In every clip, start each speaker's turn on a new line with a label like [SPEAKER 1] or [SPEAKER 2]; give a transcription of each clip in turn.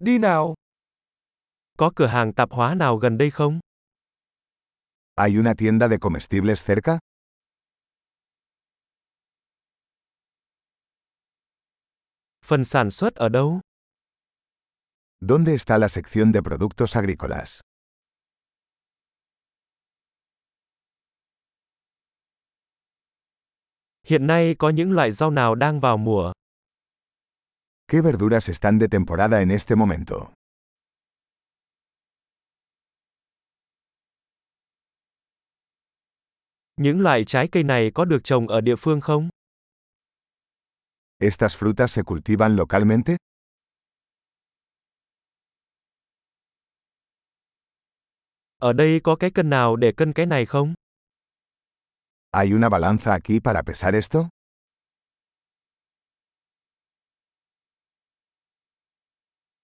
[SPEAKER 1] đi nào.
[SPEAKER 2] Có cửa hàng tạp hóa nào gần đây không?
[SPEAKER 3] ¿Hay una tienda de comestibles cerca?
[SPEAKER 2] Phần sản xuất ở đâu?
[SPEAKER 3] ¿Dónde está la sección de productos agrícolas?
[SPEAKER 2] Hiện nay có những loại rau nào đang vào mùa?
[SPEAKER 3] ¿Qué verduras están de temporada en este momento?
[SPEAKER 2] Những loại trái cây này có được trồng ở địa phương không?
[SPEAKER 3] ¿Estas frutas se cultivan localmente?
[SPEAKER 2] Ở đây có cái cân nào để cân cái này không?
[SPEAKER 3] ¿Hay una balanza aquí para pesar esto?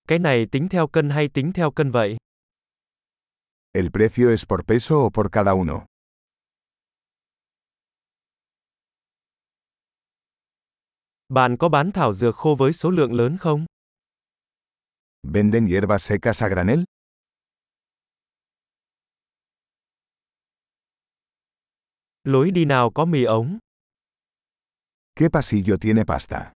[SPEAKER 2] Cái này tính theo cân hay tính theo cân vậy?
[SPEAKER 3] ¿El precio es por peso o por cada uno?
[SPEAKER 2] Bạn có bán thảo dược khô với số lượng lớn không?
[SPEAKER 3] ¿Venden hierbas secas a granel?
[SPEAKER 2] Lối đi nào có mì ống?
[SPEAKER 3] ¿Qué pasillo tiene pasta?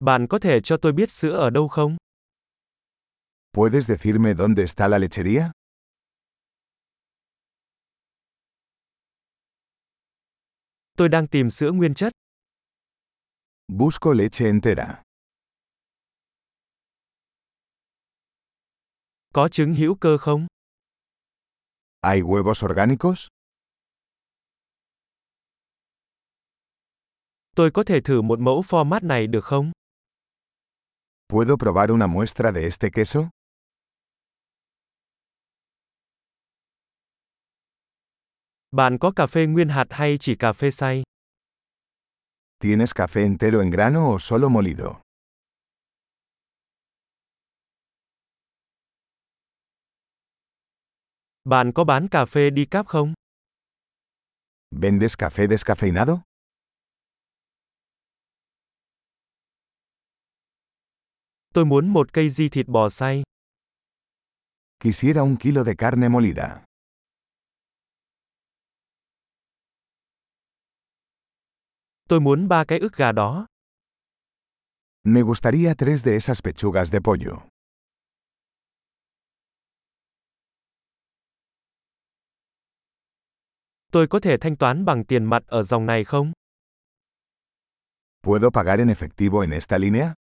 [SPEAKER 2] Bạn có thể cho tôi biết sữa ở đâu không?
[SPEAKER 3] ¿Puedes decirme dónde está la lechería?
[SPEAKER 2] Tôi đang tìm sữa nguyên chất.
[SPEAKER 3] Busco leche entera.
[SPEAKER 2] Có trứng hữu cơ không?
[SPEAKER 3] ¿Hay huevos orgánicos?
[SPEAKER 2] Tôi có thể thử một mẫu format này được không?
[SPEAKER 3] ¿Puedo probar una muestra de este queso?
[SPEAKER 2] Bạn có cà phê nguyên hạt hay chỉ cà phê xay?
[SPEAKER 3] ¿Tienes café entero en grano o solo molido?
[SPEAKER 2] Bạn có bán cà phê đi cáp không?
[SPEAKER 3] ¿Vendes café descafeinado?
[SPEAKER 2] Tôi muốn một cây di thịt bò xay.
[SPEAKER 3] Quisiera un kilo de carne molida.
[SPEAKER 2] Tôi muốn ba cái ức gà đó.
[SPEAKER 3] Me gustaría tres de esas pechugas de pollo.
[SPEAKER 2] Tôi có thể thanh toán bằng tiền mặt ở dòng này không?
[SPEAKER 3] ¿Puedo pagar en efectivo en esta línea?